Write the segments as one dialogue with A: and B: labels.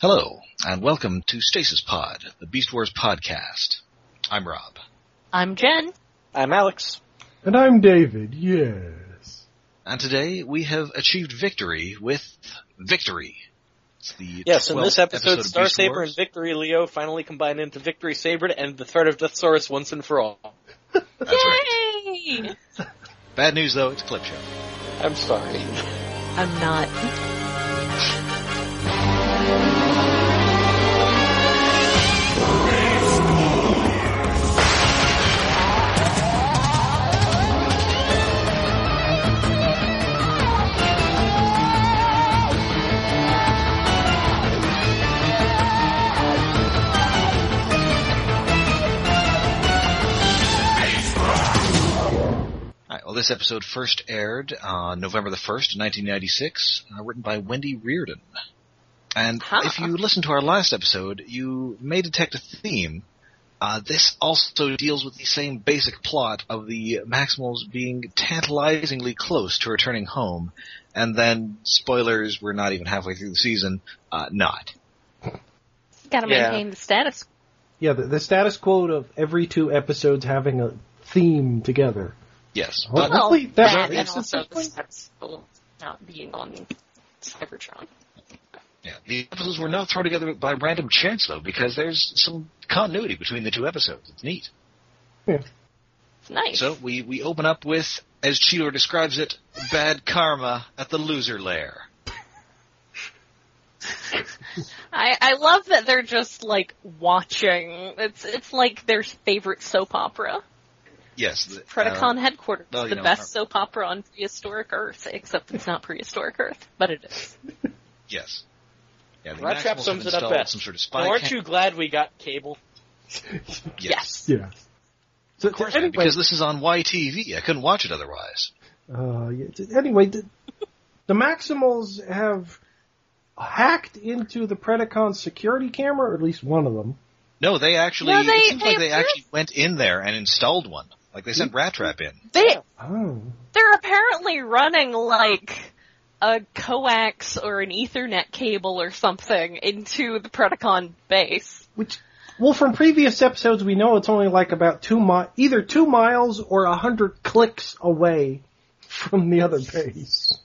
A: Hello, and welcome to Stasis Pod, the Beast Wars podcast. I'm Rob.
B: I'm Jen.
C: I'm Alex.
D: And I'm David, yes.
A: And today we have achieved victory with victory. It's the
C: Yes, in
A: 12th
C: this episode,
A: of
C: Star
A: Beast
C: Saber
A: Wars.
C: and Victory Leo finally combine into Victory Saber and the threat of Deathsaurus once and for all.
A: That's right.
B: Yay!
A: Bad news though, it's a clip show.
C: I'm sorry.
B: I'm not.
A: Alright, well this episode first aired on November the 1st, 1996, uh, written by Wendy Reardon. And
B: Huh.
A: if you listen to our last episode, you may detect a theme. Uh, this also deals with the same basic plot of the Maximals being tantalizingly close to returning home, and then, spoilers, we're not even halfway through the season, uh, not.
B: Gotta
C: Yeah.
B: maintain the status.
D: Yeah, the, the status quo of every two episodes having a theme together.
A: Yes,
D: Oh.
A: but
D: Luckily, that
E: that
D: really
E: and
D: is
E: also the
D: disappointing.
E: status quo not being on Cybertron.
A: yeah, the episodes were not thrown together by random chance, though, because there's some continuity between the two episodes. It's neat.
E: It's nice.
A: So we, we open up with, as Cheetor describes it, bad karma at the loser lair.
B: I, I love that they're just like watching. It's it's like their favorite soap opera.
A: Yes. the-
B: Predacon
A: uh,
B: headquarters,
A: well, you
B: the
A: know, uh,
B: best soap opera on prehistoric Earth, except it's not prehistoric Earth, but it is.
A: yes. Yeah, the
C: Rat
A: Maximals
C: Trap
A: have
C: sums it up
A: installed
C: best.
A: Some sort of spy
C: Now, aren't
A: cam-
C: you glad we got cable?
A: Yes.
D: Yeah. So,
A: Of course,
D: anyway,
A: because this is on YTV. I couldn't watch it otherwise.
D: uh, yeah, t- anyway, the, the Maximals have hacked into the Predicon's security camera, or at least one of them.
A: No, they actually.
B: No, they-
A: it seems like
B: they Mm-hmm.
A: they actually went in there and installed one. Like they sent Rat Trap in.
B: They
D: Oh.
B: they're apparently running like a coax or an Ethernet cable or something into the Predacon base.
D: Which, well, from previous episodes, we know it's only like about two mi- either two miles or a hundred clicks away from the other base.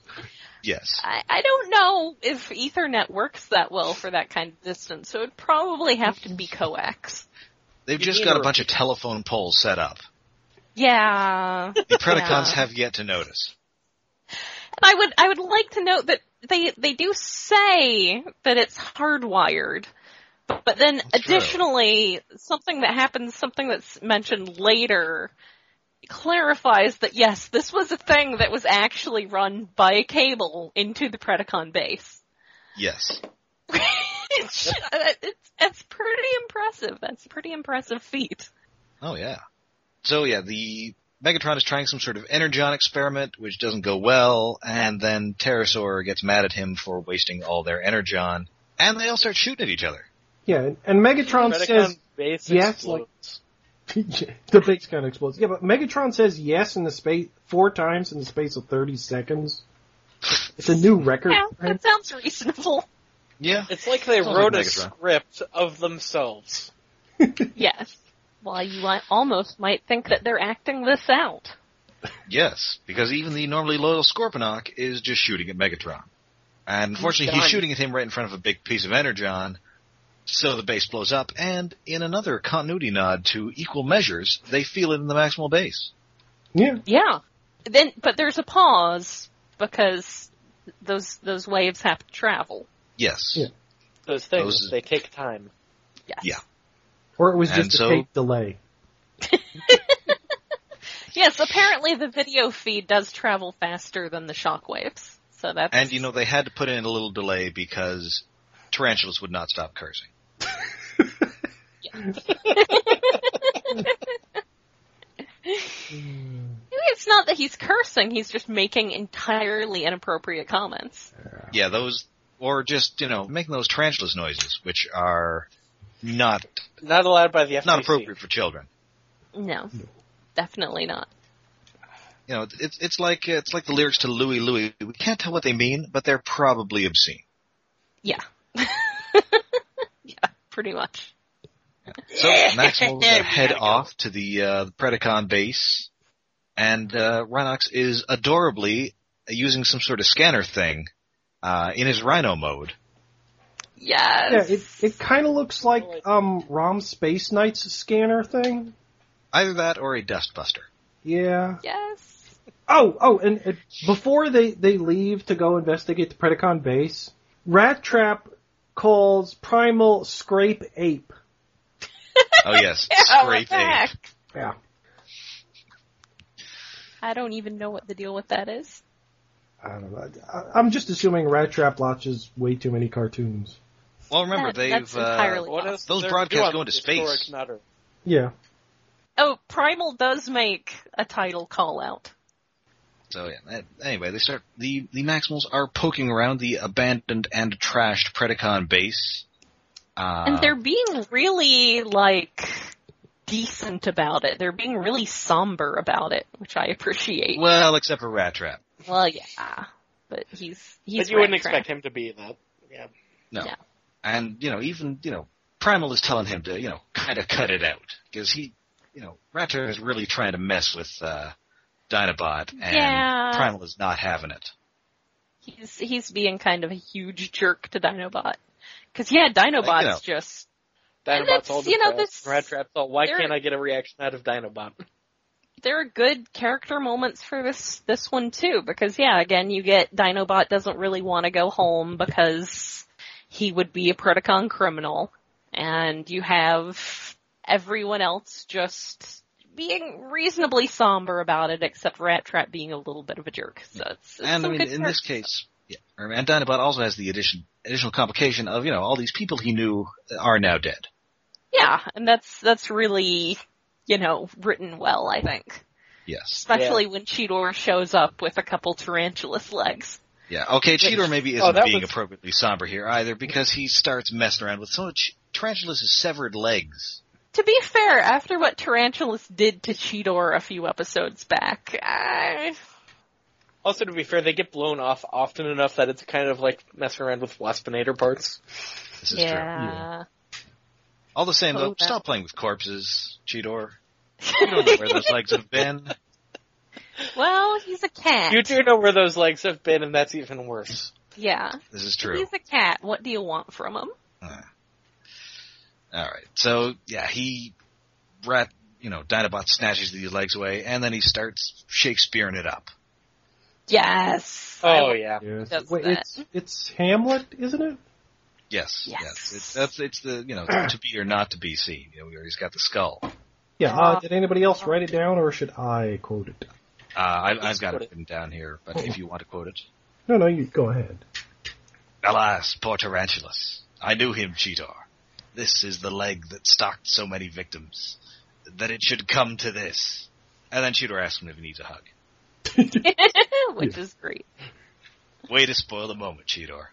A: Yes.
B: I, I don't know if Ethernet works that well for that kind of distance, so it'd probably have to be coax.
A: They've
C: You
A: just
C: need
A: got
C: a
A: a bunch of telephone poles set up.
B: Yeah. and
A: The Predacons
B: Yeah.
A: have yet to notice.
B: I would I would like to note that they they do say that it's hardwired. But, but then
A: That's true.
B: additionally, something that happens, something that's mentioned later clarifies that yes, this was a thing that was actually run by a cable into the Predacon base.
A: Yes.
B: it's, uh, it's, it's pretty impressive. That's a pretty impressive feat.
A: Oh yeah. So yeah, the Megatron is trying some sort of energon experiment, which doesn't go well, and then Pterosaur gets mad at him for wasting all their energon, and they all start shooting at each other.
D: Yeah, and- and Megatron
C: Predacon
D: says
C: base
D: yes,
C: explodes.
D: the base kind of explodes. Yeah, but Megatron says yes in the space four times in the space of thirty seconds. It's a new record.
B: Yeah,
D: for him.
B: that sounds reasonable.
A: Yeah.
C: It's like they
A: Sounds like
C: wrote a
A: Megatron.
C: script of themselves.
B: Yes. Well, you might- almost might think that they're acting this out.
A: Yes, because even the normally loyal Scorponok is just shooting at Megatron, and unfortunately he's
C: done.
A: shooting at him right in front of a big piece of energon. So the base blows up, and in another continuity nod to equal measures, they feel it in the maximal base.
D: Yeah,
B: Yeah. Then, but there's a pause because those those waves have to travel.
A: Yes.
D: Yeah.
C: Those things,
A: Those-
C: they take time.
B: Yes.
A: Yeah.
D: or it was
A: And
D: just a
A: so-
D: tape delay.
B: Yes. Apparently, the video feed does travel faster than the shock waves. So that's
A: And you know they had to put in a little delay because tarantulas would not stop cursing.
B: it's not that he's cursing; he's just making entirely inappropriate comments.
A: Yeah, those or just you know making those tarantulas noises, which are not
C: Not allowed by the FCC.
A: not appropriate for children.
B: No, definitely not.
A: You know, it's it's like it's like the lyrics to Louie Louie. We can't tell what they mean, but they're probably obscene.
B: Yeah. pretty much.
A: So Maxwell will head off to the uh, Predacon base, and uh, Rhinox is adorably using some sort of scanner thing uh, in his Rhino mode.
D: Yeah,
B: Yes.
D: it, it kind of looks like um Rom Space Knight's scanner thing.
A: Either that or a Dustbuster.
D: Yeah.
B: yes.
D: Oh, oh, and, and before they they leave to go investigate the Predacon base, Rat Trap calls Primal Scrape Ape.
A: Oh yes,
B: Yeah, we're
A: scrape ape.
B: back.
D: Yeah.
B: I don't even know what the deal with that is.
D: I don't know. I, I'm just assuming Rat Trap watches way too many cartoons.
A: Well, remember
B: That-
A: they've
B: that's
A: uh,
B: entirely
C: What
B: off.
C: else is
A: Those
C: there to
A: broadcasts
C: do on
A: go into
C: this historic
A: space.
C: nutter?
D: Yeah.
B: Oh, Primal does make a title call out.
A: So yeah, that- anyway, they start the the Maximals are poking around the abandoned and trashed Predacon base. Uh,
B: And they're being really, like, decent about it. They're being really somber about it, which I appreciate. Well,
A: well, except for Rat Trap.
B: yeah. But he's, he's
C: But you wouldn't
B: Rat Trap.
C: expect him to be that. Yeah.
A: No.
B: No.
A: And, you know, even, you know, Primal is telling him to, you know, kind of cut it out. Because he, you know, Rattrap is really trying to mess with, uh, Dinobot, and
B: Yeah.
A: Primal is not having it.
B: He's, he's being kind of a huge jerk to Dinobot. Cause yeah, Dinobot's
A: Like, you know,
B: just, And
C: Dinobot's
B: that's-
C: all
B: you know,
C: depressed.
B: this-
C: Rat Trap's all, why
B: there-
C: can't I get a reaction out of Dinobot?
B: there are good character moments for this this one too because yeah again you get Dinobot doesn't really want to go home because he would be a Predacon criminal and you have everyone else just being reasonably somber about it except Rat Trap being a little bit of a jerk so it's,
A: And,
B: it's
A: I
B: some
A: mean,
B: good
A: in this
B: character
A: case, yeah, I mean, and Dinobot also has the addition, additional complication of, you know, all these people he knew are now dead.
B: yeah and that's that's really you know written well I think
A: Yes.
B: especially when Cheetor shows up with a couple tarantulas legs
A: Yeah. Okay, Cheetor maybe
C: Oh,
A: isn't
C: that
A: being
C: was-
A: appropriately somber here either because he starts messing around with so much Tarantula's severed legs.
B: To be fair, after what Tarantulas did to Cheetor a few episodes back, I,
C: Also, to be fair, they get blown off often enough that it's kind of like messing around with waspinator parts.
A: This is true.
B: yeah,
A: All the same,
B: Oh,
A: though,
B: that-
A: stop playing with corpses, Cheetor. You don't know where those legs have been.
B: well, he's a cat.
C: You do know where those legs have been, and that's even worse.
B: yeah,
A: This is true.
B: he's a cat. What do you want from him?
A: All right. So yeah, he rat, you know, Dinobot snatches these legs away, and then he starts Shakespearean it up.
B: Yes. I
C: Oh
B: want-
C: yeah.
D: Yes.
B: Does
D: Wait,
B: that.
D: it's it's Hamlet, isn't it?
A: Yes,
B: Yes.
A: It's, that's it's the you know to be or not to be seen. You know, he's got the skull. Uh,
D: Yeah.
B: Uh-huh.
D: Uh, did anybody else write it down, or should I quote it?
A: Uh, I, I've
C: Let's
A: got
C: quote
A: it
C: it.
A: written down here, but if you want to quote it,
D: No, no, you go ahead.
A: alas, poor Tarantulas! I knew him, Cheetor. This is the leg that stalked so many victims. That it should come to this. And then Cheetor asks him if he needs a hug.
B: Which is great.
A: Way to spoil the moment, Cheetor.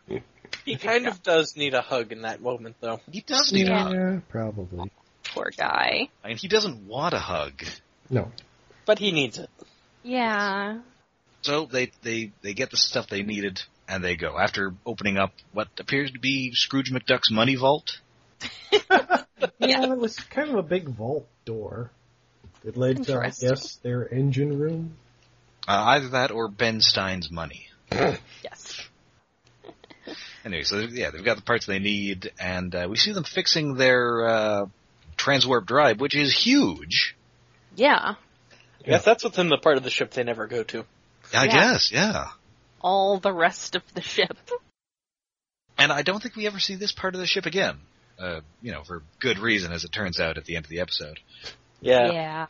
C: He kind of does need a hug in that moment, though.
A: He does need a hug.
D: probably.
B: Poor guy.
A: I mean, he doesn't want a hug.
D: No.
C: But he needs it.
B: Yeah.
A: So they, they, they get the stuff they needed and they go. After opening up what appears to be Scrooge McDuck's money vault.
D: Yeah, Uh, it was kind of a big vault door. It led to, I
B: Interesting.
D: guess, their engine room.
A: Uh, either that or Ben Stein's money.
B: Yes.
A: Anyway, so yeah, they've got the parts they need and uh, we see them fixing their, uh, transwarp drive, which is huge.
B: Yeah.
C: I guess that's within the part of the ship they never go to.
A: I
B: Yeah.
A: guess, yeah.
B: All the rest of the ship.
A: And I don't think we ever see this part of the ship again. Uh, you know, for good reason, as it turns out at the end of the episode.
C: Yeah.
B: yeah.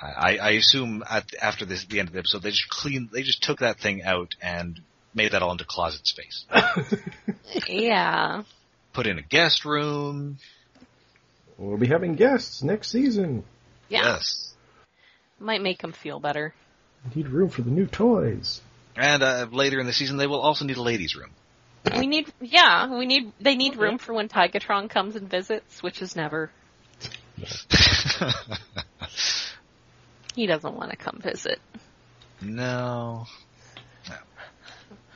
A: I, I assume at, after this, the end of the episode, they just clean, they just took that thing out and made that all into closet space.
B: Yeah.
A: Put in a guest room.
D: We'll be having guests next season.
B: Yeah.
A: Yes.
B: Might make him feel better.
D: Need room for the new toys.
A: And uh, later in the season, they will also need a ladies' room.
B: We need, yeah, we need, they need room for when Tigatron comes and visits, which is never. He doesn't want to come visit.
A: no. No.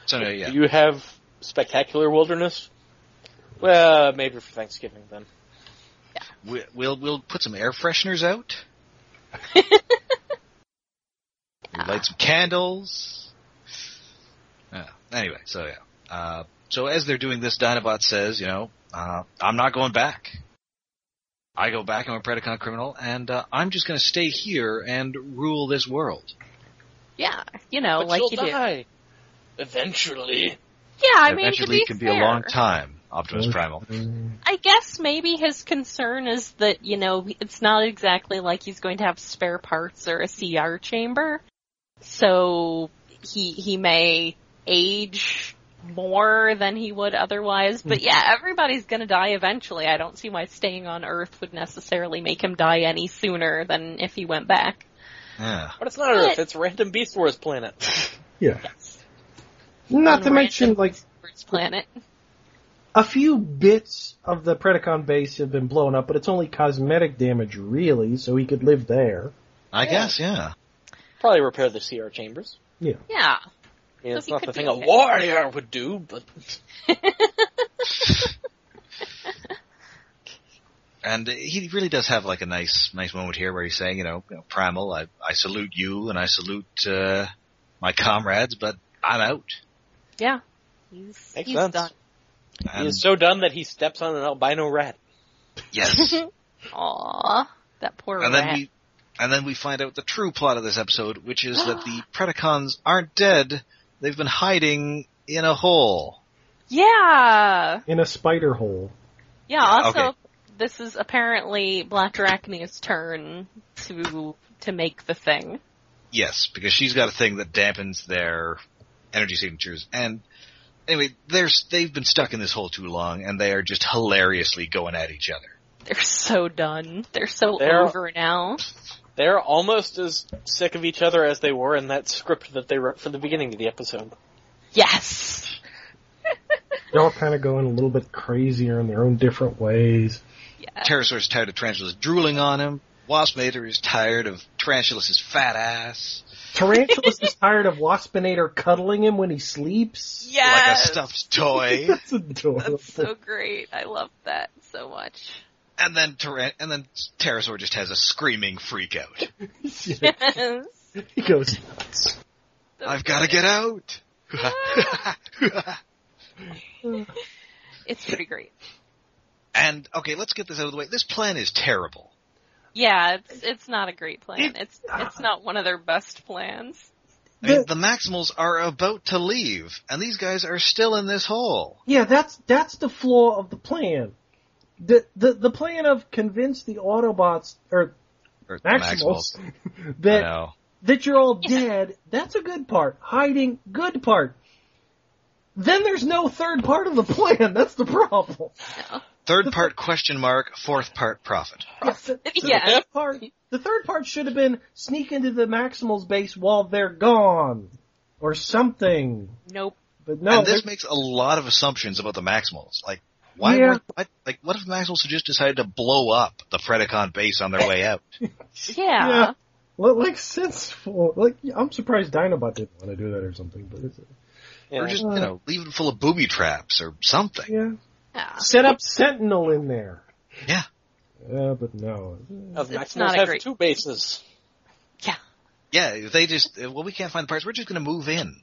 A: So anyway, yeah.
C: Do you have spectacular wilderness? Well, maybe for Thanksgiving then.
A: We, we'll we'll put some air fresheners out. We'll Light some candles. Yeah. Anyway, so yeah. Uh, so as they're doing this, Dinobot says, you know, uh, I'm not going back. I go back. I'm a Predacon criminal, and uh, I'm just going to stay here and rule this world.
B: Yeah, you know,
C: but
B: like
C: you'll
B: you do.
C: die eventually.
B: Yeah, I mean, to
A: eventually
B: be
A: it can be
B: fair,
A: a long time. Optimus Primal.
B: I guess maybe his concern is that, you know, it's not exactly like he's going to have spare parts or a CR chamber. So he, he may age more than he would otherwise. But yeah, everybody's gonna die eventually. I don't see why staying on Earth would necessarily make him die any sooner than if he went back.
A: Yeah.
C: But it's not
B: What?
C: Earth, it's random Beast Wars planet.
D: Yeah.
B: Yes.
D: Not
B: On
D: to mention,
B: random
D: like,
B: Earth's planet.
D: a few bits of the Predacon base have been blown up, but it's only cosmetic damage, really, so he could live there.
A: I guess, yeah.
C: Probably repair the CR chambers.
B: Yeah.
C: I mean,
B: So
C: it's
B: he
C: not
B: could
C: the
B: be
C: thing
B: okay.
C: a warrior would do, but
A: And he really does have like a nice, nice moment here where he's saying, you know, you know, Primal, I, I salute you and I salute, uh, my comrades, but I'm out.
B: Yeah. He's,
C: Makes
B: he's
C: sense.
B: done.
A: And
C: he is so done that he steps on an albino rat.
A: yes.
B: Aww. That poor
A: and
B: rat.
A: then we, and then we find out the true plot of this episode, which is that the Predacons aren't dead. They've been hiding in a hole.
B: Yeah.
D: In a spider hole.
B: Yeah,
A: Yeah,
B: also
A: okay.
B: this is apparently Black Arachnea's turn to to make the thing.
A: Yes, because she's got a thing that dampens their energy signatures. And anyway, they're, they've been stuck in this hole too long, and they are just hilariously going at each other.
B: They're so done. They're so
C: They're-
B: over now.
C: They're almost as sick of each other as they were in that script that they wrote for the beginning of the episode.
B: Yes.
D: They're all kind of going a little bit crazier in their own different ways.
B: Yeah.
A: Pterosaur's tired of Tarantulas drooling on him. Waspinator is tired of Tarantulas' fat ass.
D: Tarantulas is tired of Waspinator cuddling him when he sleeps.
A: Like a
B: Yes.
A: stuffed toy.
D: That's adorable.
B: That's so great. I love that so much.
A: and then Taran- and then Pterosaur just has a screaming freak out.
D: Yeah,
B: Yes.
D: he goes nuts.
B: So
A: I've gotta get
B: good.
A: out!
B: It's pretty great.
A: and, okay, let's get this out of the way. This plan is terrible.
B: Yeah, it's it's not a great plan.
D: It-
B: It's it's not one of their best plans.
A: I mean,
D: The-
A: the Maximals are about to leave, and these guys are still in this hole.
D: Yeah, that's that's the flaw of the plan. The the the plan of convince the Autobots or
A: Or the
D: Maximals
A: I
D: that
A: know.
D: that you're all
B: Yeah.
D: dead. That's a good part. Hiding, good part. Then there's no third part of the plan. That's the problem.
A: Third part question mark, fourth part profit.
D: The, the
B: Yeah.
D: third part, the third part should have been sneak into the Maximals base while they're gone, or something.
B: Nope.
D: But no,
A: and this makes a lot of assumptions about the Maximals. Like, why
D: Yeah.
A: were, why, like, what if the Maximals had just decided to blow up the Predacon base on their way out?
B: yeah.
D: Well, like sensible. Like I'm surprised Dinobot didn't want to do that or something. But it's,
C: Yeah.
A: Or just, you know, leave it full of booby traps or something.
D: yeah,
B: yeah.
D: set up Sentinel in there.
A: Yeah.
D: Yeah, but no.
C: Now, the
B: it's
C: Maximals
B: not a
C: have
B: great-
C: two bases.
A: Yeah, if they just, uh, well, we can't find the parts, we're just gonna move in.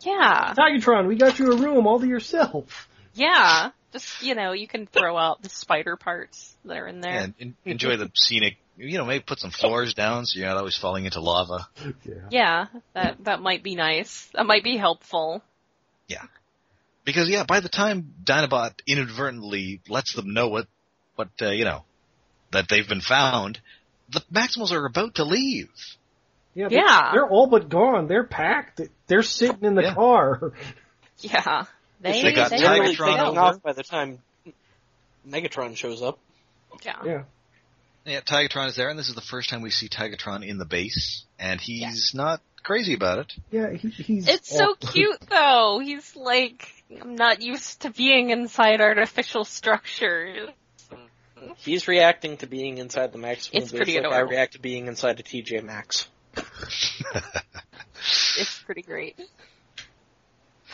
B: Yeah.
D: Tigatron, we got you a room all to yourself.
B: Yeah. Just, you know, you can throw out the spider parts that are in there.
A: And en- enjoy the scenic, you know, maybe put some floors down so you're not always falling into lava.
D: Yeah.
B: Yeah, that, that might be nice. That might be helpful.
A: Because yeah, by the time Dinobot inadvertently lets them know what, what, uh, you know, that they've been found, the Maximals are about to leave.
D: Yeah,
B: Yeah.
D: They're, they're all but gone. They're packed. They're sitting in the
A: Yeah.
D: car.
B: Yeah. They,
A: They got
B: they
A: Tiger
C: really
A: Tigatron
C: taken
A: over.
C: off by the time Megatron shows up.
B: Yeah.
D: Yeah.
A: Yeah, Tigatron is there, and this is the first time we see Tigatron in the base, and he's not crazy about it.
D: Yeah, he, he's.
B: It's so
D: awkward.
B: cute though. He's like, I'm not used to being inside artificial structures.
C: He's reacting to being inside the Max.
B: It's pretty
C: like I
B: adorable.
C: react to being inside a TJ Maxx.
B: It's pretty great.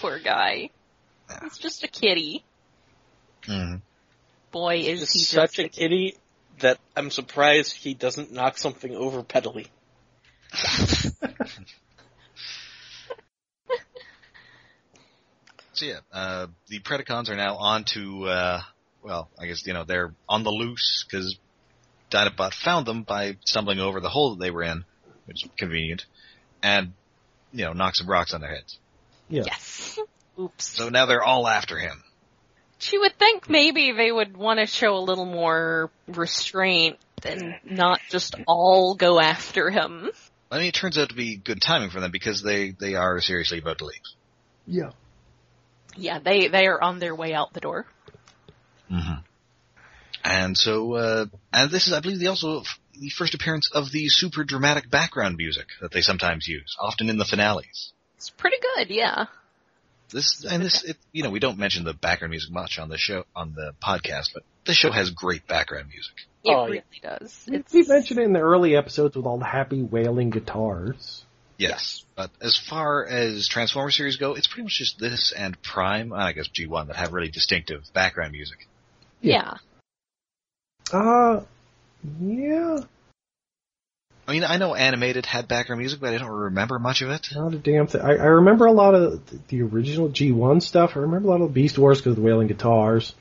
B: Poor guy. He's just a kitty.
A: Mhm.
B: Boy, is
C: He's
B: he just
C: such a
B: a-
C: kitty that I'm surprised he doesn't knock something over pedally.
A: So yeah, uh, the Predacons are now on to, uh, well, I guess, you know, they're on the loose because Dinobot found them by stumbling over the hole that they were in, which is convenient, and, you know, knocked some rocks on their heads.
B: yes. Oops.
A: So now they're all after him.
B: She would think maybe they would want to show a little more restraint and not just all go after him.
A: I mean, it turns out to be good timing for them because they, they are seriously about to leave.
D: Yeah.
B: Yeah, they they are on their way out the door.
A: Mm-hmm. And so, uh, and this is, I believe, the also f- the first appearance of the super dramatic background music that they sometimes use, often in the finales.
B: It's pretty good, yeah.
A: This and this, it, you know, we don't mention the background music much on the show on the podcast, but this show has great background music.
B: It
C: Oh, yeah.
B: really does.
D: We,
B: It's
D: we mentioned it in the early episodes with all the happy wailing guitars.
A: Yes, but as far as Transformer series go, it's pretty much just this and Prime, and I guess G One that have really distinctive background music.
B: yeah.
D: Uh, yeah,
A: I mean, I know animated had background music, but I don't remember much of it.
D: not a damn thing. I, I remember a lot of th- the original G1 stuff. I remember a lot of Beast Wars because of the wailing guitars.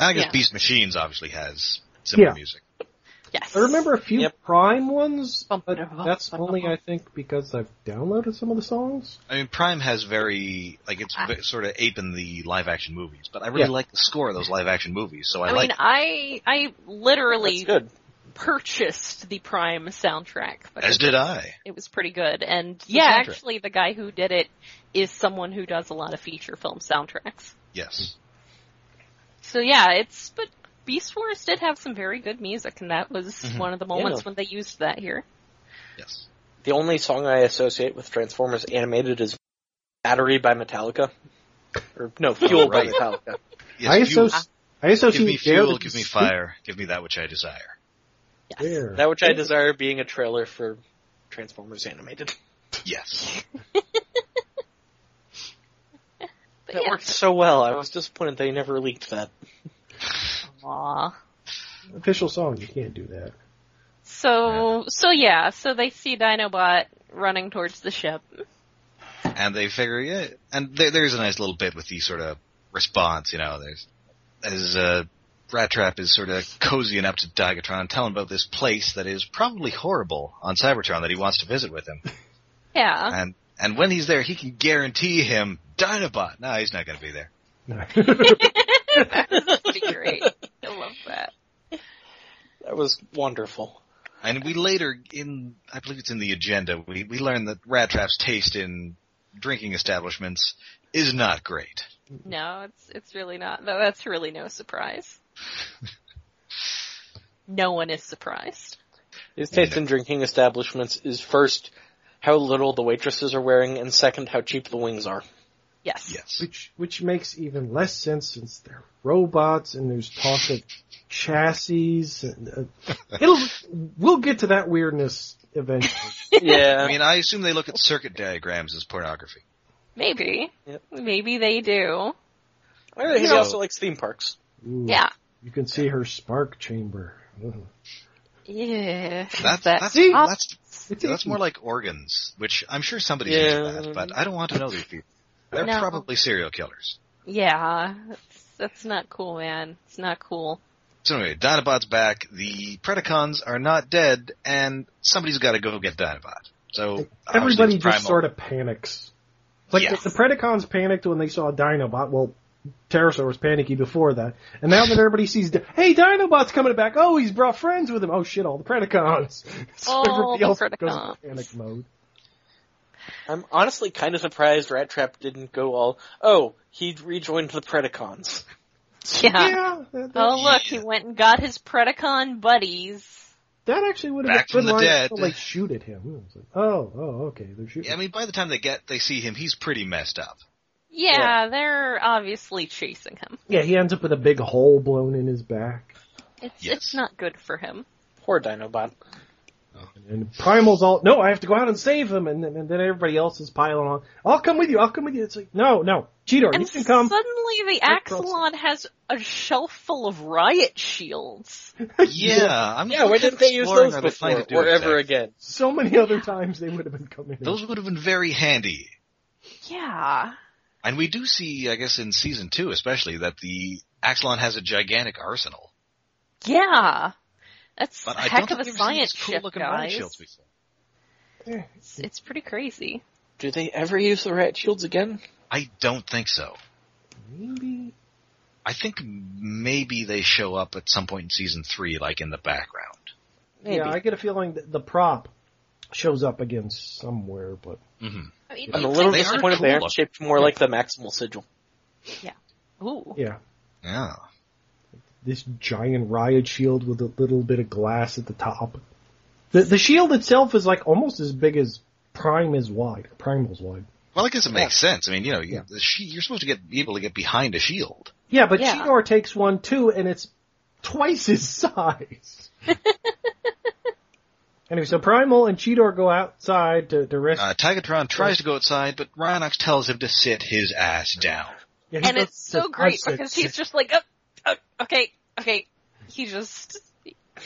A: I guess
B: Yeah.
A: Beast Machines obviously has similar
D: Yeah.
A: music.
B: Yes.
D: I remember a few
C: Yep.
D: Prime ones,
B: Bum,
D: but
B: bum, bum,
D: that's
B: bum,
D: only,
B: bum.
D: I think, because I've downloaded some of the songs.
A: I mean, Prime has very like it's
B: Ah.
A: ve- sort of aping the live action movies, but I really
D: Yeah.
A: like the score of those live action movies, so I,
B: I
A: like.
B: mean, I I
C: That's
B: literally
C: good.
B: purchased the Prime soundtrack.
A: as
B: because
A: did I.
B: It was pretty good, and yeah,
A: soundtrack.
B: actually, the guy who did it is someone who does a lot of feature film soundtracks.
A: Yes.
B: So yeah, it's but Beast Wars did have some very good music, and that was
A: Mhm.
B: one of the moments
C: Yeah.
B: when they used that here.
A: Yes.
C: The only song I associate with Transformers animated is "Battery" by Metallica, or no, "Fuel" by
A: Oh, right.
C: Metallica.
A: Yes.
D: I,
A: fuel,
D: associ- I associate
A: give me
D: Dare
A: fuel,
D: to
A: give me
D: Speak
A: fire, give me that which I desire.
B: Yes.
D: Dare.
C: That which I desire being a trailer for Transformers animated.
A: Yes.
B: But
C: That
B: yeah.
C: worked so well. I was disappointed they never leaked that.
B: Aw.
D: Official song, you can't do that.
B: So so yeah, so they see Dinobot running towards the ship.
A: And they figure, yeah, and there, there's a nice little bit with the sort of response, you know, there's, as, uh, Rat Trap is sort of cozying up to Digatron, telling about this place that is probably horrible on Cybertron that he wants to visit with him.
B: Yeah.
A: And and when he's there, he can guarantee him Dinobot. No, he's not going to be there.
B: That'd be great. I love that.
C: That was wonderful.
A: And we later in, I believe it's in the agenda, we we learn that Rat Trap's taste in drinking establishments is not great.
B: No, it's it's really not. No, that's really no surprise. no one is surprised.
C: His taste in drinking establishments is first how little the waitresses are wearing, and second how cheap the wings are.
B: Yes.
A: Yes.
D: Which which makes even less sense since they're robots and there's talk of chassis. And, uh, it'll we'll get to that weirdness eventually.
A: I
C: yeah,
A: mean, I assume they look at circuit diagrams as pornography.
B: Maybe.
C: Yep.
B: Maybe they do.
C: Well, he
A: So-
C: also likes theme parks.
D: Ooh,
B: Yeah.
D: you can see her spark chamber. Ugh.
B: Yeah.
A: That's
B: That-
A: that's
D: See?
A: that's,
D: It's
A: that's more like organs, which I'm sure somebody's
C: Yeah.
A: into that, but I don't want to know these people. They're
B: No.
A: probably serial killers.
B: yeah. That's, that's not cool, man. It's not cool.
A: So anyway, Dinobot's back. The Predacons are not dead, and somebody's got to go get Dinobot. So
D: everybody
A: obviously,
D: just
A: Primal-
D: sort of panics. Like
A: Yes.
D: the, the Predacons panicked when they saw Dinobot. Well, Pterosaur was panicky before that, and now that everybody sees, Di- hey, Dinobot's coming back. Oh, he's brought friends with him. Oh shit, all the Predacons. so
B: All
D: everybody
B: the
D: else goes into
B: Predacons.
D: panic mode.
C: I'm honestly kind of surprised Rat Trap didn't go all, oh, he rejoined the Predacons.
B: Yeah.
D: yeah, that, that-
B: Oh look, he went and got his Predacon buddies.
D: That actually would have
A: Back
D: been a
A: from the
D: good line
A: dead.
D: to like shoot at him. It was like, oh, oh, okay, they're shooting.
A: I mean, by the time they get, they see him, he's pretty messed up.
B: Yeah,
C: Yeah.
B: they're obviously chasing him.
D: yeah, he ends up with a big hole blown in his back.
B: It's
A: Yes.
B: it's not good for him.
C: Poor Dinobot.
D: And Primal's all, no, I have to go out and save him. And, then- and then everybody else is piling on. I'll come with you. I'll come with you. It's like, no, no, Cheetor, you
B: And
D: can come.
B: suddenly the Axelon has a shelf full of riot shields.
A: Yeah, I'm
C: Yeah, why
A: what
C: didn't
A: kind
C: they
A: of
C: use
A: exploring
C: those
A: are they
C: before
A: planning to do
C: or
A: with
C: ever
A: that?
C: again?
D: So many other times they would have been coming. in.
A: Those would have been very handy.
B: Yeah.
A: And we do see, I guess, in season two especially, that the Axelon has a gigantic arsenal.
B: Yeah. That's
A: But
B: a
A: I
B: heck
A: don't
B: of
A: think
B: a
A: we've seen
B: science
A: these cool
B: ship,
A: looking riot
B: guys.
A: shields before.
B: It's, it's pretty crazy.
C: Do they ever use the rat shields again?
A: I don't think so.
D: Maybe.
A: I think maybe they show up at some point in season three, like in the background.
C: Maybe.
D: Yeah, I get a feeling that the prop shows up again somewhere, but
C: Mm-hmm.
A: hmm
E: I mean,
C: I'm a
E: you
C: little
A: They are
C: disappointed
A: cool
C: they aren't
A: looking.
C: shaped more like the maximal sigil.
B: Ooh.
D: yeah.
A: Yeah.
D: This giant riot shield with a little bit of glass at the top. The the shield itself is like almost as big as Prime is wide. Primal's wide.
A: Well, I guess it makes sense. I mean, you know, you-
D: Yeah.
A: the she, you're supposed to get be able to get behind a shield.
D: Yeah, but
B: Yeah.
D: Cheetor takes one too, and it's twice his size. anyway, so Primal and Cheetor go outside to, to rescue.
A: Uh, Tigatron tries to go outside, but Rhinox tells him to sit his ass down.
D: Yeah, he
B: And
D: goes,
B: it's so
D: "I
B: great
D: said
B: because
D: sit
B: he's just like, oh, oh, okay, okay. He just,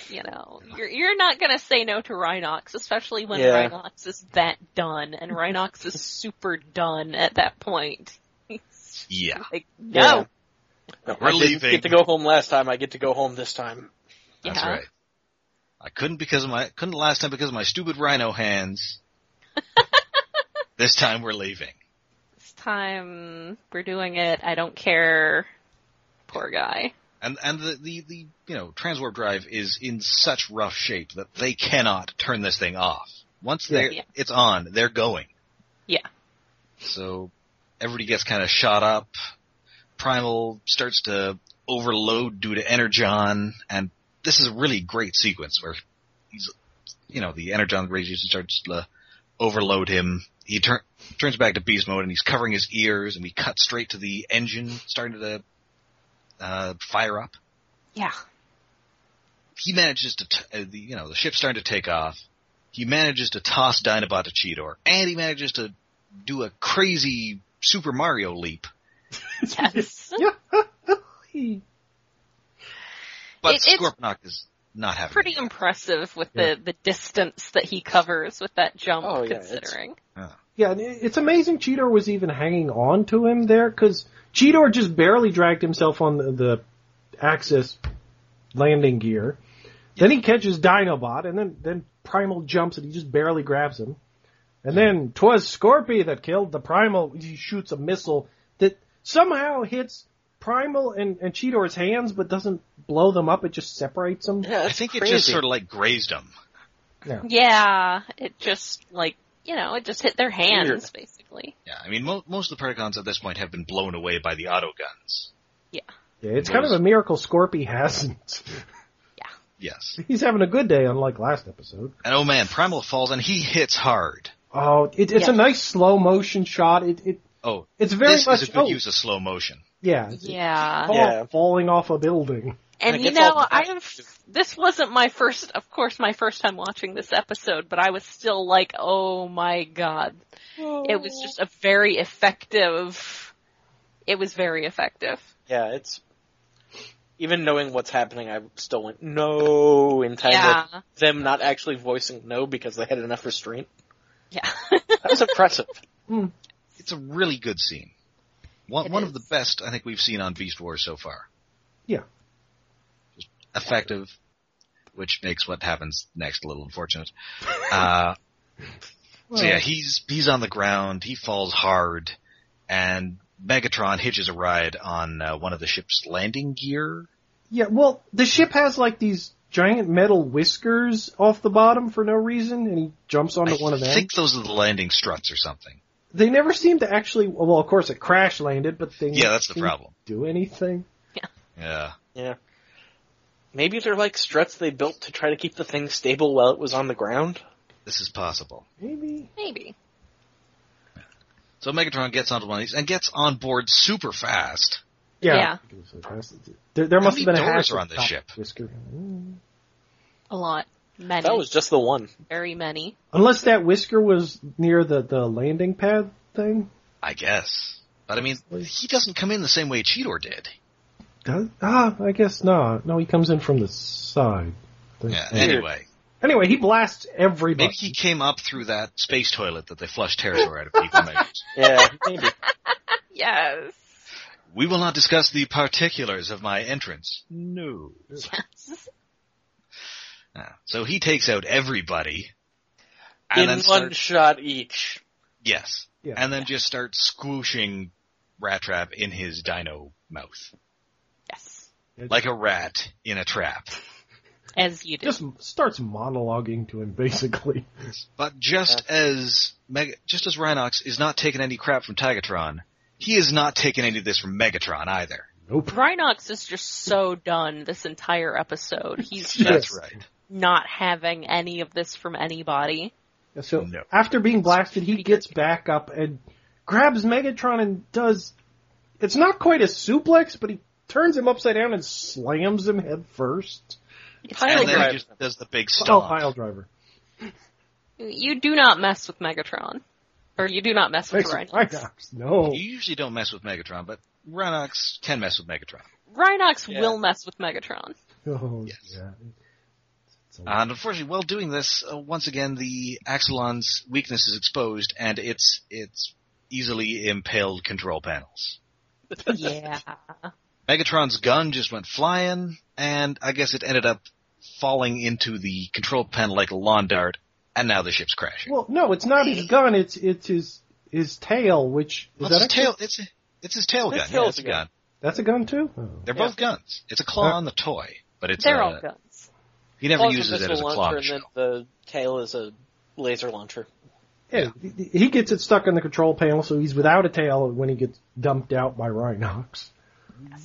B: you know, you're, you're not gonna say no to Rhinox, especially when
C: Yeah.
B: Rhinox is that done, and Rhinox is super done at that point. He's
A: Yeah.
B: like, no.
C: No,
A: We're
C: I didn't
A: leaving.
C: get to go home last time. I get to go home this time.
A: That's
B: Yeah.
A: right. I couldn't because of my couldn't last time because of my stupid rhino hands. this time we're leaving.
B: This time we're doing it. I don't care. Poor guy.
A: And and the, the, the you know, transwarp drive is in such rough shape that they cannot turn this thing off. Once they are
B: Yeah.
A: it's on, they're going.
B: Yeah.
A: So everybody gets kind of shot up. Primal starts to overload due to energon, and this is a really great sequence where he's, you know, the energon radiation starts to overload him. He turn, turns back to beast mode, and he's covering his ears, and we cut straight to the engine starting to uh, fire up.
B: Yeah.
A: He manages to, t- uh, the, you know, the ship's starting to take off. He manages to toss Dinobot to Cheetor, and he manages to do a crazy Super Mario leap.
B: Yes.
D: he-
A: But
B: It- it's
A: Scorponok is not having
B: Pretty
A: it.
B: impressive with
D: Yeah.
B: the, the distance that he covers with that jump,
C: Oh, yeah, it's-
B: considering.
D: Yeah, and it- it's amazing Cheetor was even hanging on to him there because Cheetor just barely dragged himself on the, the Axis landing gear. Then he catches Dinobot, and then, then Primal jumps and he just barely grabs him. And then twas Scorpy that killed the Primal. He shoots a missile that somehow hits Primal and, and Cheetor's hands, but doesn't blow them up. It just separates them.
C: Yeah,
A: I think it just sort of like grazed him.
B: Yeah. It just like, you know, it just hit their hands,
C: Weird.
B: basically.
A: Yeah, I mean, mo- most of the Predacons at this point have been blown away by the auto guns.
D: Yeah, it's kind of a miracle Scorpy hasn't.
A: Yes.
D: He's having a good day, unlike last episode.
A: And oh man, Primal falls and he hits hard.
D: Oh, it, it's
B: Yeah.
D: a nice slow motion shot. It, it
A: Oh,
D: it's very
A: this
D: much
A: is a good
D: oh,
A: use of slow motion.
D: yeah, it's-
B: Yeah.
D: fall-
C: Yeah.
D: falling off a building.
B: And
C: Like,
B: you
C: it's all
B: know,
C: the-
B: I've, this wasn't my first, of course, my first time watching this episode, but I was still like, oh my god. It was just a very effective, it was very effective.
C: Yeah, it's even knowing what's happening, I still went no in time
B: yeah.
C: with them not actually voicing no because they had enough restraint.
B: Yeah.
C: That was impressive.
A: It's a really good scene. One,
B: It
A: one
B: is.
A: of the best I think we've seen on Beast Wars so far.
D: Yeah.
A: Just effective, which makes what happens next a little unfortunate. Uh, so yeah, he's he's on the ground. He falls hard, and Megatron hitches a ride on uh, one of the ship's landing gear.
D: Yeah, well, the ship has like these giant metal whiskers off the bottom for no reason, and he jumps onto
A: I
D: one of them.
A: think those are the landing struts or something.
D: They never seem to actually. Well, of course, it crash landed, but they
A: Yeah, that's the
D: didn't
A: problem.
D: Do anything?
A: Yeah,
C: Maybe they're like struts they built to try to keep the thing stable while it was on the ground.
A: this is possible.
D: Maybe.
B: Maybe.
A: So Megatron gets onto one of these and gets on board super fast.
B: Yeah.
D: There, there
A: How
D: must
A: many
D: have been a
A: doors
D: hatch
A: are
D: at
A: on
D: the
A: this
D: top
A: ship?
D: Whisker. Mm.
B: A lot. Many.
C: That was just the one.
B: very many.
D: Unless that whisker was near the, the landing pad thing.
A: I guess. But I mean, he doesn't come in the same way Cheetor did.
D: Does, ah, I guess not. No, he comes in from the side.
A: Yeah, anyway,
D: Anyway, he blasts
A: maybe
D: everybody.
A: he came up through that space toilet that they flushed pterosaur out of people. made.
C: Yeah, maybe.
B: Yes.
A: We will not discuss the particulars of my entrance. No.
B: Yes.
A: Ah, So he takes out everybody. And
C: In
A: then
C: one
A: starts-
C: shot each.
A: Yes.
D: Yeah.
A: And then just starts squooshing Rat Trap in his dino mouth.
B: Yes.
A: Like a rat in a trap.
B: As you do.
D: Just starts monologuing to him, basically.
A: But just as Meg- just as Rhinox is not taking any crap from Tigatron, he is not taking any of this from Megatron either.
D: Nope.
B: Rhinox is just so done this entire episode. He's just
A: That's right.
B: not having any of this from anybody.
D: So
A: No.
D: after being blasted, he gets back up and grabs Megatron and does. It's not quite a suplex, but he turns him upside down and slams him head first.
C: Pile
A: And then
C: drive.
A: he just does the big
D: Oh,
A: stomp.
D: pile driver.
B: You do not mess with Megatron. Or you do not mess with
D: Makes it
B: Rhinox.
D: Rhinox. No.
A: You usually don't mess with Megatron, but Rhinox can mess with Megatron.
B: Rhinox
C: Yeah.
B: will mess with Megatron.
D: Oh,
A: Yes. Ah,
D: yeah. It's a-
A: And unfortunately, while doing this, uh, once again the Axelon's weakness is exposed, and it's it's easily impaled control panels.
B: Yeah.
A: Megatron's gun just went flying, and I guess it ended up falling into the control panel like a lawn dart, and now the ship's crashing.
D: Well, no, it's not his gun. It's it's his his tail, which is
A: Well,
D: that
A: it's
D: a
A: his tail. It's it's his tail
C: His
A: gun.
C: tail's
A: Yeah, it's a
C: a gun.
A: gun.
D: That's a gun too.
A: They're
C: Yeah.
A: both guns. It's a claw
D: Uh,
A: on the toy, but it's
B: They're
A: uh,
B: all guns.
A: he never
C: Claws a
A: uses it
C: missile
A: as a claw.
C: launcher,
A: machine.
C: and then the tail is a laser launcher.
D: Yeah, he- he gets it stuck in the control panel, so he's without a tail when he gets dumped out by Rhinox.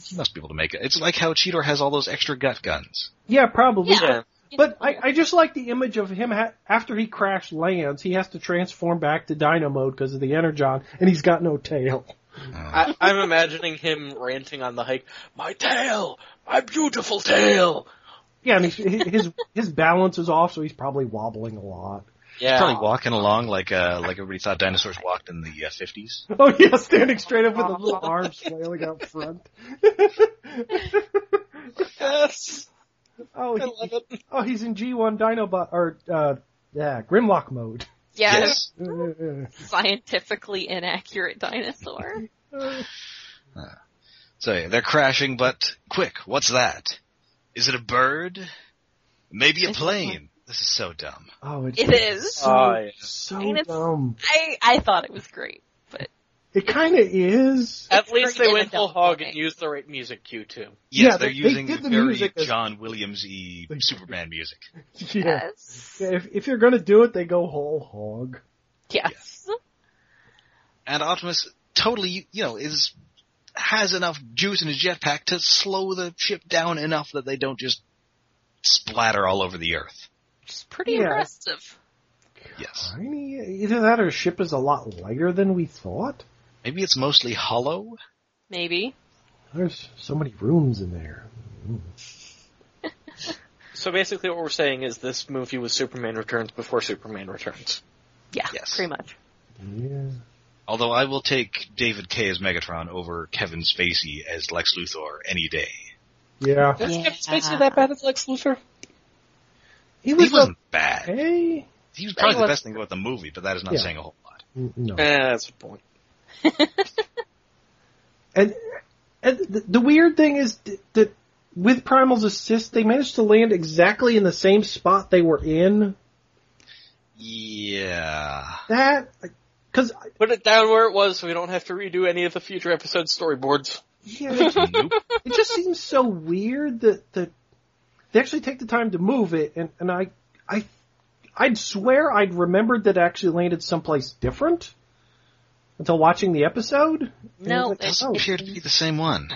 A: He must be able to make it. It's like how Cheetor has all those extra gut guns.
D: Yeah, probably.
B: Yeah.
D: But I, I just like the image of him ha- after he crash lands. He has to transform back to Dino mode because of the energon, and he's got no tail.
C: I, I'm imagining him ranting on the hike, "My tail, my beautiful tail."
D: Yeah, and he, his his balance is off, so he's probably wobbling a lot.
C: Yeah,
A: Probably walking along like uh, like everybody thought dinosaurs walked in the uh, fifties.
D: Oh yeah, standing straight up with the little arms flailing out front.
C: yes.
D: oh,
C: I
D: he,
C: love it.
D: Oh, he's in G1 Dinobot or uh yeah, Grimlock mode.
B: Yes.
D: Uh,
B: Scientifically inaccurate dinosaur.
A: So yeah, they're crashing, but quick, what's that? Is it a bird? Maybe a
B: It's a
A: plane. This is so dumb.
D: oh, it's
B: It is.
D: so,
C: Oh, yeah.
D: so
B: I mean, it's-
D: dumb.
B: I, I thought it was great.
D: It kind of is.
C: At least
B: pretty
C: they went
B: in a
C: full
B: dumb
C: hog
B: way.
C: and used the right music cue too.
A: Yes, they're
D: Yeah, they- they
A: using
D: did the
A: very
D: music as-
A: John Williams y Superman music.
D: Yeah.
B: Yes.
D: Yeah, If if you're gonna do it, they go whole hog.
B: Yes.
A: And Optimus totally, you know, is has enough juice in his jetpack to slow the ship down enough that they don't just splatter all over the earth.
B: Which is pretty
D: Yeah.
B: impressive.
A: Yes.
D: I mean, either that or ship is a lot lighter than we thought.
A: Maybe it's mostly hollow?
B: Maybe.
D: There's so many rooms in there.
C: So basically, what we're saying is this movie was Superman Returns before Superman Returns.
B: Yeah.
A: Yes.
B: Pretty much.
D: Yeah.
A: Although I will take David K as Megatron over Kevin Spacey as Lex Luthor any day.
D: Yeah.
B: Yeah.
C: Kevin Spacey that bad as Lex Luthor?
D: He
A: He
D: was
A: wasn't bad.
D: okay.
A: He was probably
B: He
A: the
B: was-
A: best thing about the movie, but that is not
D: Yeah.
A: saying a whole lot.
D: Mm, No.
C: Yeah, that's the point.
D: And, and the, the weird thing is th- that with Primal's assist, they managed to land exactly in the same spot they were in.
A: Yeah.
D: That, because
C: Put it down where it was, so we don't have to redo any of the future episode storyboards.
D: yeah, it,
A: nope.
D: it just seems so weird that that they actually take the time to move it, and and I I I'd swear I'd remembered that it actually landed someplace different until watching the episode. And I
B: No,
D: was like,
B: it's-
D: oh,
A: Appeared to be the same one.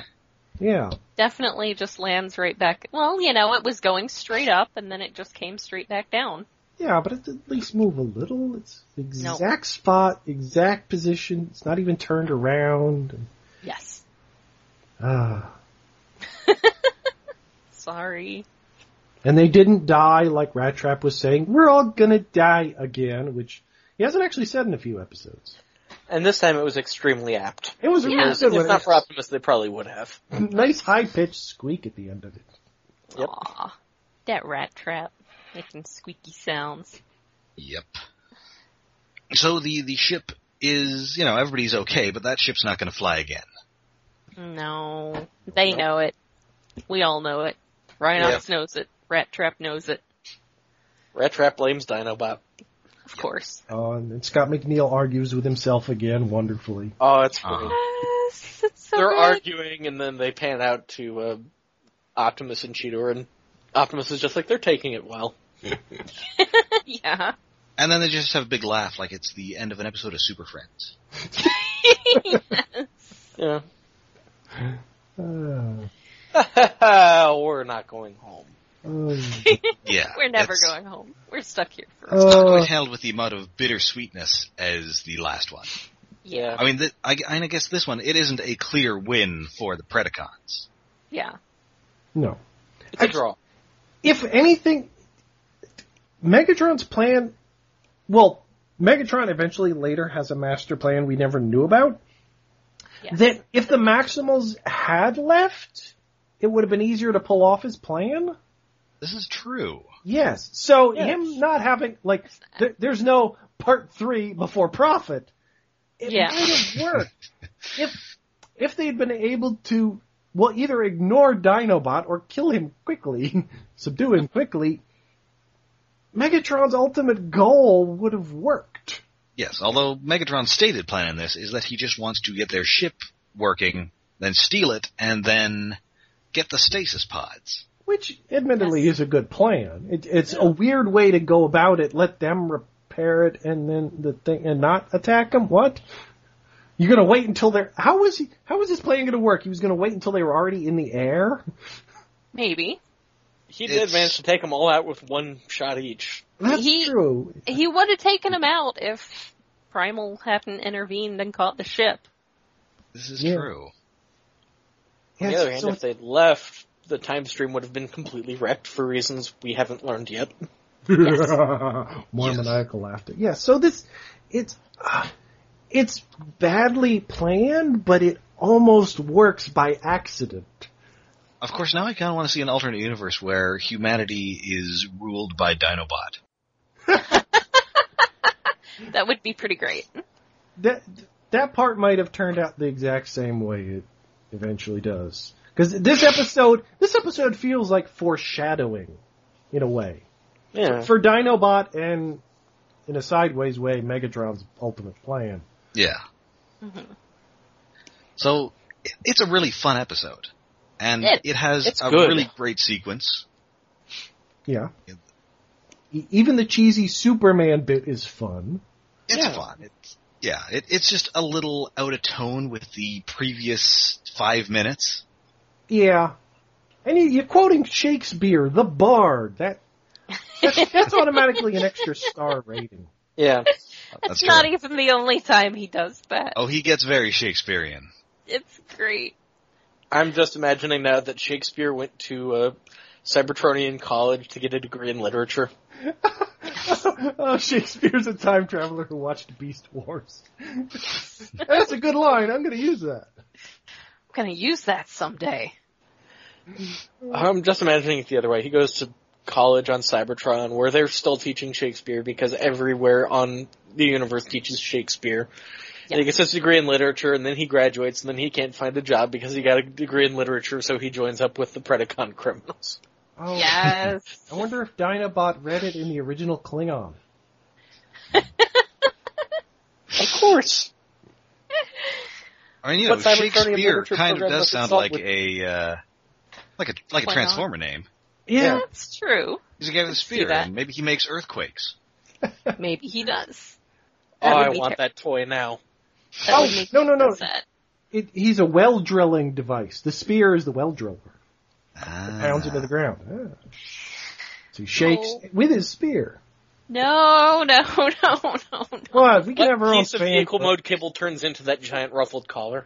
D: yeah,
B: Definitely just lands right back. Well, you know, it was going straight up and then it just came straight back down.
D: yeah, but it at least move a little. It's the exact spot, exact position. It's not even turned around.
B: Yes.
D: Ah,
B: Sorry.
D: And they didn't die like Rat Trap was saying. We're all gonna die again, which he hasn't actually said in a few episodes.
C: And this time it was extremely apt.
D: It was a
B: Yeah,
D: really
C: If
D: good one.
C: not for Optimus, they probably would have.
D: nice high pitched squeak at the end of it.
C: Yep.
B: Aw, that rat trap making squeaky sounds.
A: Yep. So the the ship is you know everybody's okay, but that ship's not going to fly again.
B: No, they know it. We all know it. Rhinox knows it. Rat trap knows it.
C: Rat Trap blames Dinobot.
B: Of course.
D: Uh, and Scott McNeil argues with himself again wonderfully.
C: Oh, it's funny.
A: Uh-huh.
B: Yes, it's so
C: They're
B: good.
C: arguing, and then they pan out to uh, Optimus and Cheetor, and Optimus is just like, they're taking it well.
B: yeah.
A: And then they just have a big laugh, like it's the end of an episode of Super Friends.
C: Yeah.
D: Uh,
C: We're not going home.
D: um,
A: Yeah,
B: We're never
A: it's
B: going home. We're stuck here for.
A: Not
D: uh,
A: quite held with the amount of bittersweetness as the last one.
C: Yeah.
A: I mean, th- I, I guess this one it isn't a clear win for the Predacons.
B: yeah.
D: no.
C: It's a draw.
D: if anything, Megatron's plan, well, Megatron eventually later has a master plan we never knew about.
B: Yeah.
D: That if the Maximals had left, it would have been easier to pull off his plan.
A: This is true.
D: Yes. So
C: Yeah.
D: him not having like th- there's no part three before profit. It
B: Yeah.
D: would have worked if if they'd been able to well either ignore Dinobot or kill him quickly, subdue him quickly. Megatron's ultimate goal would have worked.
A: Yes, although Megatron's stated plan in this is that he just wants to get their ship working, then steal it, and then get the stasis pods.
D: Which admittedly is a good plan. It, it's a weird way to go about it. Let them repair it and then the thing and not attack them. What? You're gonna wait until they're how was he how was this plan gonna work? He was gonna wait until they were already in the air.
B: Maybe.
C: He
A: It's-
C: did manage to take them all out with one shot each.
D: That's
B: He-
D: true.
B: He would have taken him out if Primal hadn't intervened and caught the ship.
A: This is
D: Yeah.
A: true.
C: On the
D: Yes,
C: other hand,
D: so-
C: if they'd left, the time stream would have been completely wrecked for reasons we haven't learned yet.
D: More
A: Yes.
D: maniacal laughter. Yeah. So this, it's, uh, it's badly planned, but it almost works by accident.
A: Of course, now I kind of want to see an alternate universe where humanity is ruled by Dinobot.
B: That would be pretty great.
D: That that part might have turned out the exact same way it eventually does. Because this episode, this episode feels like foreshadowing, in a way,
C: Yeah.
D: for Dinobot and, in a sideways way, Megatron's ultimate plan.
A: Yeah.
D: Mm-hmm.
A: So i- it's a really fun episode, and
B: It-
A: it, has
C: it's
A: a
C: good.
A: really great sequence.
D: Yeah.
A: Yep.
D: E- Even the cheesy Superman bit is fun.
A: It's
C: Yeah.
A: fun. It's yeah. It, it's just a little out of tone with the previous five minutes.
D: Yeah. And you, you're quoting Shakespeare, the bard. That that's, that's automatically an extra star rating.
C: Yeah.
B: That's,
A: That's
B: not e-
A: true.
B: even the only time he does that.
A: Oh, he gets very Shakespearean.
B: It's great.
C: I'm just imagining now that Shakespeare went to uh, Cybertronian College to get a degree in literature.
D: oh, Shakespeare's a time traveler who watched Beast Wars. that's a good line. I'm going to use that.
B: I'm gonna use that someday.
C: I'm just imagining it the other way. He goes to college on Cybertron where they're still teaching Shakespeare because everywhere on the universe teaches Shakespeare. And he gets his degree in literature and then he graduates and then he can't find a job because he got a degree in literature so he joins up with the Predacon criminals.
D: Oh,
B: Yes.
D: I wonder if Dinobot read it in the original Klingon.
C: Of course.
A: I mean, you know,
C: But Cybertronian
A: Shakespeare
C: literature
A: kind of
C: program
A: does
C: must
A: sound
C: consult
A: like
C: with-
A: a uh, like a like a
B: Klingon.
A: transformer name.
D: Yeah.
B: That's true.
A: He's a guy with a
B: see
A: spear,
B: that.
A: and maybe he makes earthquakes.
B: Maybe he does.
C: Oh,
B: That would
C: I
B: be
C: want
B: ter-
C: that toy now.
B: that
D: Oh,
B: would make
D: no,
B: me
D: no, no.
B: upset.
D: It, he's a well drilling device. The spear is the well driller. Pounds into the ground. Ah. So he shakes
B: Oh.
D: with his spear.
B: No, no, no, no, no.
D: Well, we can have our
C: what
D: own
C: piece of
D: fan
C: vehicle
D: club.
C: mode kibble turns into that giant ruffled collar?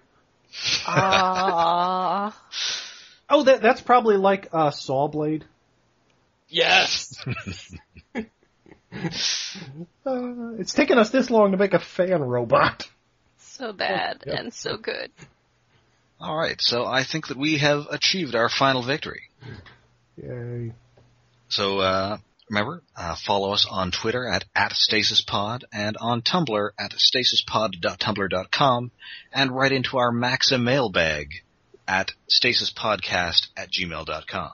B: Ah.
D: Oh, that that's probably like a saw blade.
C: Yes.
D: Uh, it's taken us this long to make a fan robot.
B: So bad
D: Yeah.
B: and so good.
A: Ah, All right, so I think that we have achieved our final victory.
D: Yay.
A: So uh, remember, uh, follow us on Twitter at, at StasisPod and on Tumblr at stasispod.tumblr.com and write into our Maxa mailbag at stasispodcast at gmail.com.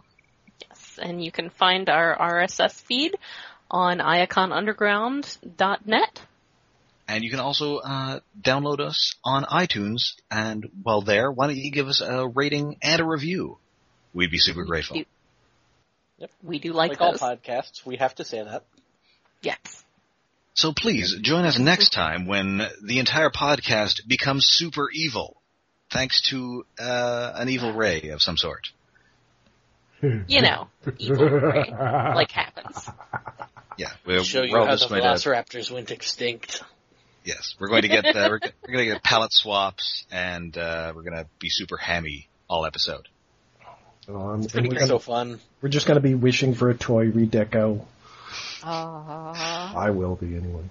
B: Yes, and you can find our RSS feed on iaconunderground.net.
A: And you can also uh, download us on iTunes. And while there, why don't you give us a rating and a review? We'd be super grateful.
B: We do like,
C: Like all
B: those.
C: podcasts, we have to say that.
B: Yes.
A: So please join us next time when the entire podcast becomes super evil, thanks to uh, an evil ray of some sort.
B: You know, evil ray. Like happens.
A: Yeah, we're,
C: Show you
A: we're all
C: how the
A: just going to
C: velociraptors went extinct.
A: yes, we're going to get uh, we're, g- we're going to get palette swaps, and uh, we're going to be super hammy all episode.
D: Um, and
C: Pretty
D: we're, gonna,
C: so fun.
D: we're just going to be wishing for a toy redeco.
B: Uh,
D: I will be anyway.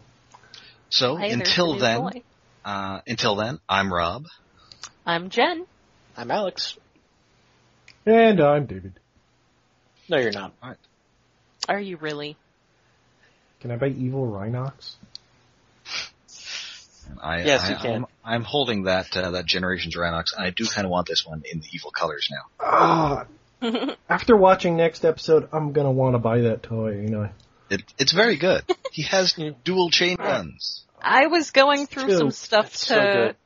A: So
B: hey, there's a
A: until
B: new
A: then,
B: toy.
A: uh, until then, I'm Rob.
B: I'm Jen.
C: I'm Alex.
D: And I'm David.
C: No, you're not.
B: Are you really?
D: Can I buy Evil Rhinox?
A: And I,
C: Yes,
A: I,
C: you can.
A: I'm, I'm holding that uh, that Generations Rhinox, and I do kind of want this one in the evil colors now.
D: Ah, after watching next episode, I'm going to want to buy that toy, you know.
A: It, it's very good. He has dual chain guns.
B: I was going through
D: Still,
B: some stuff
C: that's so
B: to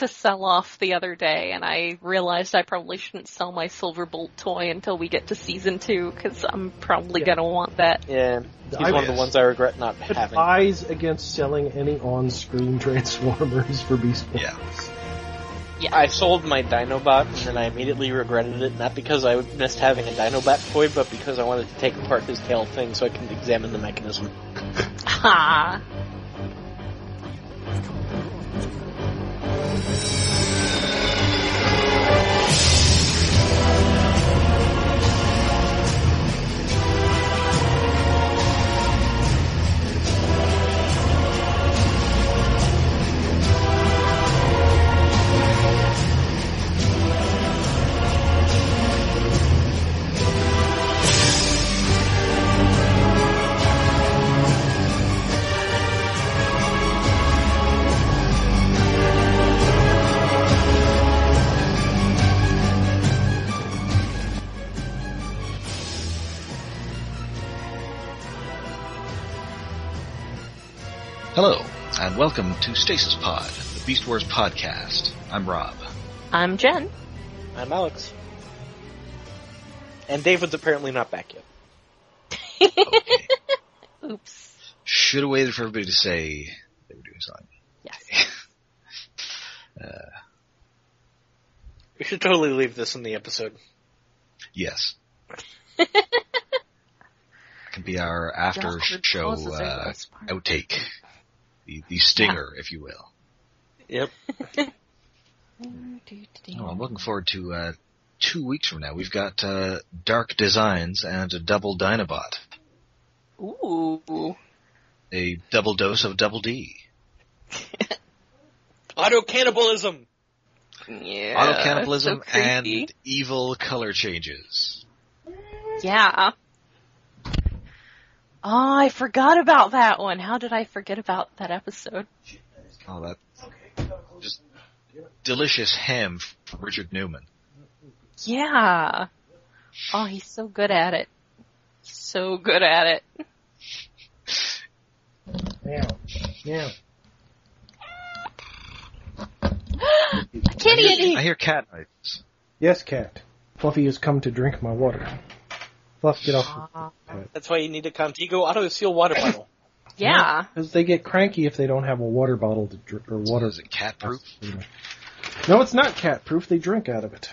B: to sell off the other day, and I realized I probably shouldn't sell my Silver Bolt toy until we get to season two, because I'm probably
D: Yeah.
B: gonna want that.
C: Yeah, he's
D: I-
C: one of the ones I regret not having.
D: Advise against selling any on-screen Transformers for Beast Boy.
A: Yeah.
C: I sold my Dinobot and then I immediately regretted it, not because I missed having a Dinobot toy, but because I wanted to take apart his tail thing so I could examine the mechanism.
B: Ha!
A: Hello, and welcome to Stasis Pod, the Beast Wars podcast. I'm Rob.
B: I'm Jen.
C: I'm Alex. And David's apparently not back yet.
B: Oops.
A: Should have waited for everybody to say they were doing something.
B: Yes.
C: We should totally leave this in the episode.
A: Yes. Can be our after
B: Awkward
A: show
B: pauses are the
A: uh,
B: best part.
A: outtake, the, the stinger, if you will.
C: Yep.
A: Oh, I'm looking forward to uh, two weeks from now. We've got uh, Dark Designs and a double Dinobot,
B: Ooh.
A: a double dose of Double D.
C: Auto cannibalism!
B: Yeah.
A: Auto cannibalism
B: so creepy.
A: and evil color changes.
B: Yeah. Oh, I forgot about that one. How did I forget about that episode?
A: Oh, that just delicious ham from Richard Newman.
B: Yeah. Oh, he's so good at it. He's so good at it.
D: Now, now.
A: I
B: Kitty!
A: hear, I hear cat noises.
D: Yes, cat. Fluffy has come to drink my water. Fluff, get off.
B: Aw,
C: That's why you need a Contigo auto seal water bottle.
B: yeah.
D: Because they get cranky if they don't have a water bottle to drink, or
A: What
D: water.
A: is it? Cat proof?
D: No, it's not cat proof. They drink out of it.